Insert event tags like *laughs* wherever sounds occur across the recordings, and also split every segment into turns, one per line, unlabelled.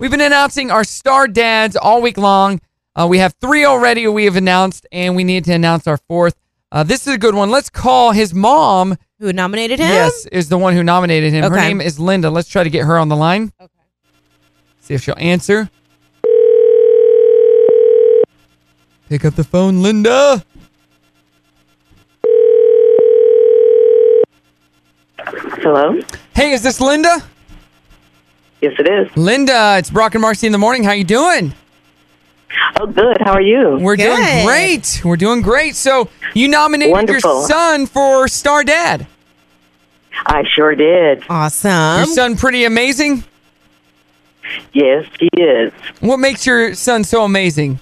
We've been announcing our star dads all week long. Uh, we have three already we have announced, and we need to announce our fourth. Uh, this is a good one. Let's call his mom.
Who nominated him?
Yes, is the one who nominated him. Her
Okay.
name is Linda. Let's try to get her on the line. Okay. See if she'll answer. Pick up the phone, Linda.
Hello?
Hey, is this Linda?
Yes, it is.
Linda, it's Brock and Marcy in the morning. How you doing?
Oh, good. How are you?
We're doing
Good.
great. We're doing great. So you nominated your
Wonderful.
son for Star Dad.
I sure did.
Awesome.
your son pretty amazing.
Yes, he is.
What makes your son so amazing?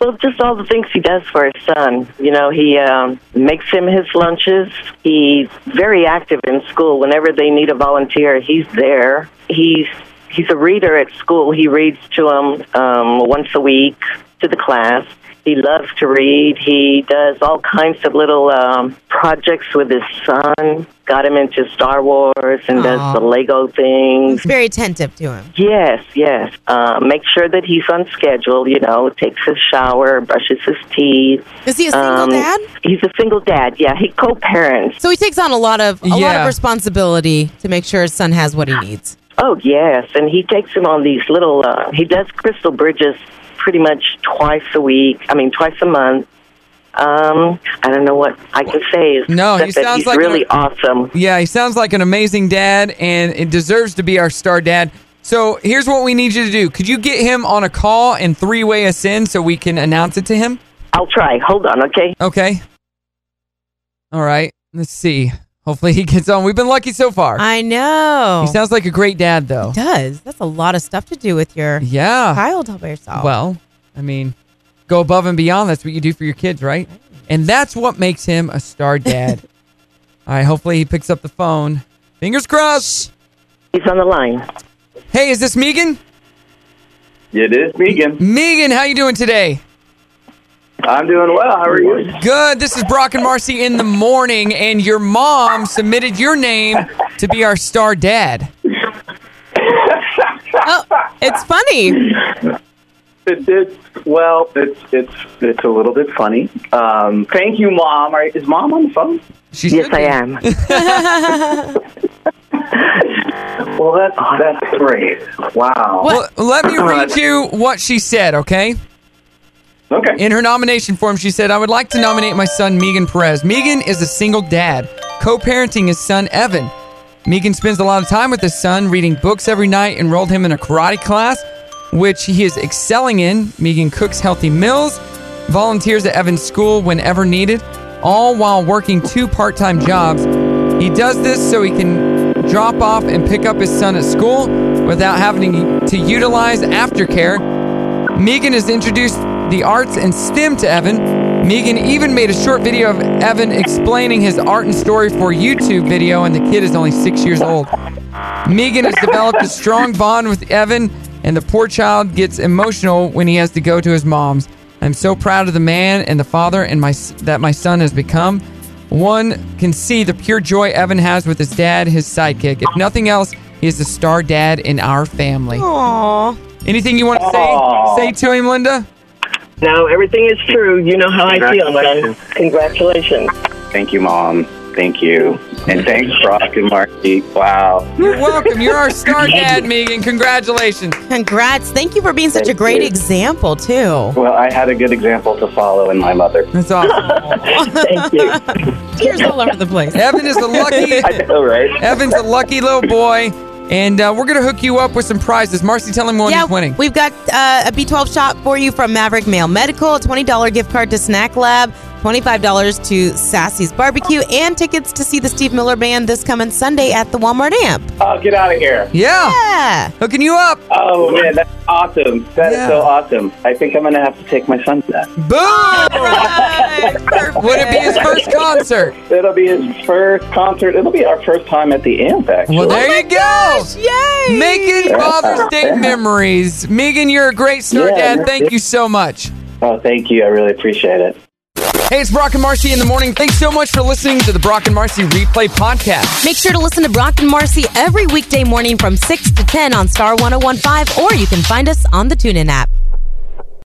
Well, just all the things he does for his son. You know, he um, makes him his lunches. He's very active in school. Whenever they need a volunteer, he's there. He's he's a reader at school. He reads to them um, once a week to the class. He loves to read. He does all kinds of little um, projects with his son. Got him into Star Wars and
Aw.
does the Lego things.
He's very attentive to him.
Yes, yes. Uh, make sure that he's on schedule, you know, takes his shower, brushes his teeth.
Is he a single
Um,
dad?
He's a single dad, yeah. He co parents.
So he takes on a lot of a lot
Yeah.
of responsibility to make sure his son has what he needs.
Oh, yes. And he takes him on these little, uh, he does Crystal Bridges pretty much twice a week, I mean, twice a month. Um, I don't know what I can say. Is
No, he
except that
sounds
he's
like
really
a-
awesome.
Yeah, he sounds like an amazing dad and it deserves to be our star dad. So here's what we need you to do. Could you get him on a call and three way us in so we can announce it to him?
I'll try. Hold on, okay?
Okay. All right. Let's see. Hopefully he gets on. We've been lucky so far.
I know.
he sounds like a great dad though.
does. That's a lot of stuff to do with your
Yeah.
child all by yourself.
Well, I mean, go above and beyond. That's what you do for your kids, right? And that's what makes him a star dad. All right, hopefully he picks up the phone. Fingers crossed.
He's on the line.
Hey, is this Megan?
It is vegan.
Megan, how you doing today?
I'm doing well. How are you? *laughs*
Good. This is Brock and Marcy in the morning, and your mom submitted your name to be our star dad.
oh, it's funny.
It, it, well, it's it's it's a little bit funny. Um, thank you, mom. Are, is mom on the phone?
She
Yes,
should
I
be. *laughs*
am.
Well, that's that's great. Wow.
Well, let me read you what she said, okay?
Okay.
In her nomination form, she said, I would like to nominate my son, Megan Perez. Megan is a single dad, co parenting his son, Evan. Megan spends a lot of time with his son, reading books every night, enrolled him in a karate class, which he is excelling in. Megan cooks healthy meals, volunteers at Evan's school whenever needed, all while working two part time jobs. He does this so he can drop off and pick up his son at school without having to utilize aftercare. Megan has introduced the arts and STEM to Evan. Megan even made a short video of Evan explaining his art and story for YouTube video, and the kid is only six years old. Megan has developed a strong bond with Evan, and the poor child gets emotional when he has to go to his mom's. I'm so proud of the man and the father and my s- that my son has become. One can see the pure joy Evan has with his dad, his sidekick. If nothing else, he is the star dad in our family.
Aw.
Anything you want to
Aw.
say say to him, Linda?
No, everything is true. You know how I feel, man. Congratulations.
Thank you, mom. Thank you, and thanks, Brock and Marcy. Wow.
You're welcome. You're our star dad, Megan. Congratulations.
Congrats. Thank you for being such a
Thank
great
you.
example too.
Well, I had a good example to follow in
*laughs*
my mother.
That's awesome.
Thank you.
Tears all over the place.
Evan is a
*laughs*
lucky.
I know, right?
Evan's a lucky little boy, and uh, we're gonna hook you up with some prizes. Marcy, tell him what
yeah,
he's winning.
we've got uh, a B12 shot for you from Maverick Male Medical, a $20 gift card to Snack Lab, $25 to Sassy's Barbecue, and tickets to see the Steve Miller Band this coming Sunday at the Walmart Amp.
Oh, get out of here.
Yeah,
Yeah.
hooking you up.
Oh man, that's awesome. That is
Yeah.
so awesome. I think I'm gonna have to take my son to that.
Boom!
Right.
Would it be his first concert?
It'll be his first concert. It'll be our first time at the amp,
*laughs*
actually.
Well, there you go.
Yay!
Making Father's Day memories. Megan, you're a great star
Yeah,
dad.
yeah.
Thank you so much.
oh, thank you. I really appreciate it.
Hey, it's Brock and Marcy in the morning. Thanks so much for listening to the Brock and Marcy Replay Podcast.
Make sure to listen to Brock and Marcy oh every weekday morning from 6 to 10 on Star 1015, or you can find us on the TuneIn app.